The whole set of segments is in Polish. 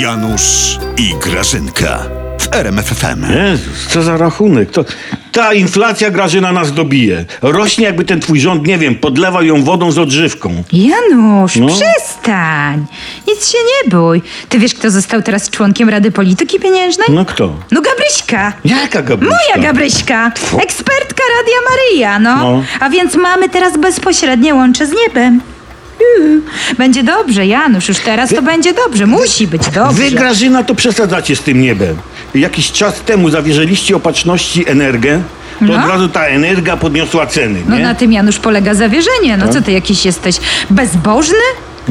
Janusz i Grażynka w RMFFM. Jezus, co za rachunek. To, ta inflacja Grażyna nas dobije. Rośnie jakby ten twój rząd, nie wiem, podlewał ją wodą z odżywką. Janusz, No. przestań! Nic się nie bój. Ty wiesz, kto został teraz członkiem Rady Polityki Pieniężnej? No kto? No Gabryśka! Jaka Gabryśka? Moja Gabryśka! Ekspertka Radia Maryja, no. No. A więc mamy teraz bezpośrednie łącze z niebem. Uuu. Będzie dobrze, Janusz, już teraz to będzie dobrze. Musi być dobrze. Wy, Grażyna, to przesadzacie z tym niebem. Jakiś czas temu zawierzyliście opatrzności energię, to No. od razu ta energia podniosła ceny, No nie? Tak. na tym Janusz polega zawierzenie. No co ty jakiś jesteś bezbożny?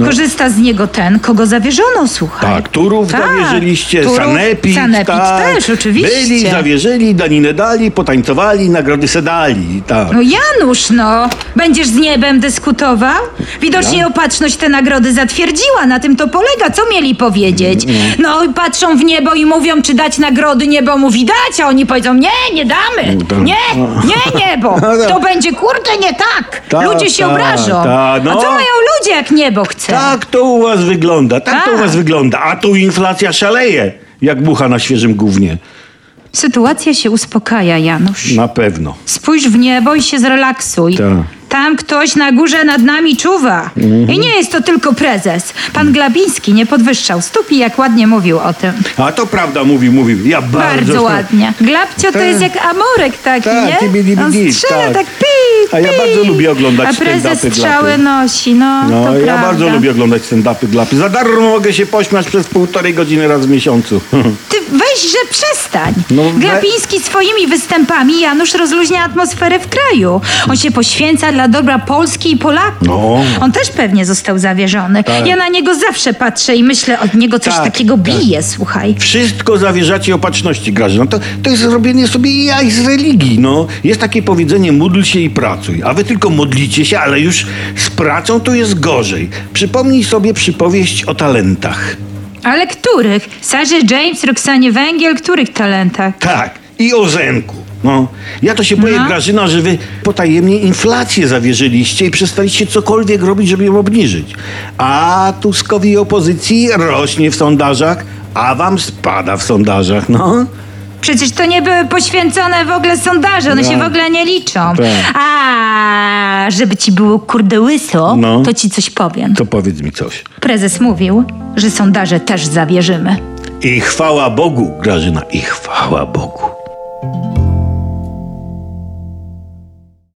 Korzysta z niego ten, kogo zawierzono, słuchaj. No. Tak, Turów Tak, zawierzyliście, Turów, Sanepid, Sanepid tak. też, oczywiście. Byli, zawierzyli, daninę dali, potańcowali, nagrody se dali, tak. No Janusz, no! Będziesz z niebem dyskutował? Widocznie Ja? opatrzność te nagrody zatwierdziła, na tym to polega, co mieli powiedzieć? Mm, No i patrzą w niebo i mówią, czy dać nagrody, niebo mówi dać, a oni powiedzą, nie, nie damy, tak. nie, nie niebo, tak. to będzie kurde nie tak, Tak, ludzie się tak, obrażą. tak, no. A co mają ludzie, jak niebo chce? Tak to u was wygląda, tak to u Tak. was wygląda, a tu inflacja szaleje, jak bucha na świeżym gównie. Sytuacja się uspokaja, Janusz. Na pewno. Spójrz w niebo i się zrelaksuj. Tak. Tam ktoś na górze nad nami czuwa. I Mhm. nie jest to tylko prezes. Pan Glabiński nie podwyższał stóp i jak ładnie mówił o tym. A to prawda, mówił, mówił. Ja bardzo... Bardzo, ładnie. Glabcio to Tak. jest jak amorek taki, Tak, nie? tibi, dibi, On di, strzela tak. tak, pi, A ja pi. bardzo lubię oglądać A prezes stand-upy strzały Glapy. nosi, no, No, to ja prawda. bardzo lubię oglądać stand-upy glapy. Za darmo mogę się pośmiać przez półtorej godziny raz w miesiącu. Ty weź, że przestań. No, we- Glapiński swoimi występami Janusz rozluźnia atmosferę w kraju. On się poświęca dla dobra Polski i Polaków. No. On też pewnie został zawierzony. Tak. Ja na niego zawsze patrzę i myślę, od niego coś Tak, takiego tak. bije, słuchaj. Wszystko zawierzacie opatrzności, Grażyna. No To, to jest zrobienie sobie jaj z religii, no. Jest takie powiedzenie, módl się i pracuj. A wy tylko modlicie się, ale już z pracą to jest gorzej. Przypomnij sobie przypowieść o talentach. Ale których? Sarze James, Roxanie Węgiel, których talentach? Tak, i o Zenku. No, ja to się boję, No. Grażyna, że wy potajemnie inflację zawierzyliście i przestaliście cokolwiek robić, żeby ją obniżyć. A Tuskowi opozycji rośnie w sondażach, a wam spada w sondażach, no. Przecież to nie były poświęcone w ogóle sondaże, one Tak. się w ogóle nie liczą. Tak. A żeby ci było kurde łyso, No. to ci coś powiem. To powiedz mi coś. Prezes mówił, że sondaże też zawierzymy. I chwała Bogu, Grażyna, i chwała Bogu.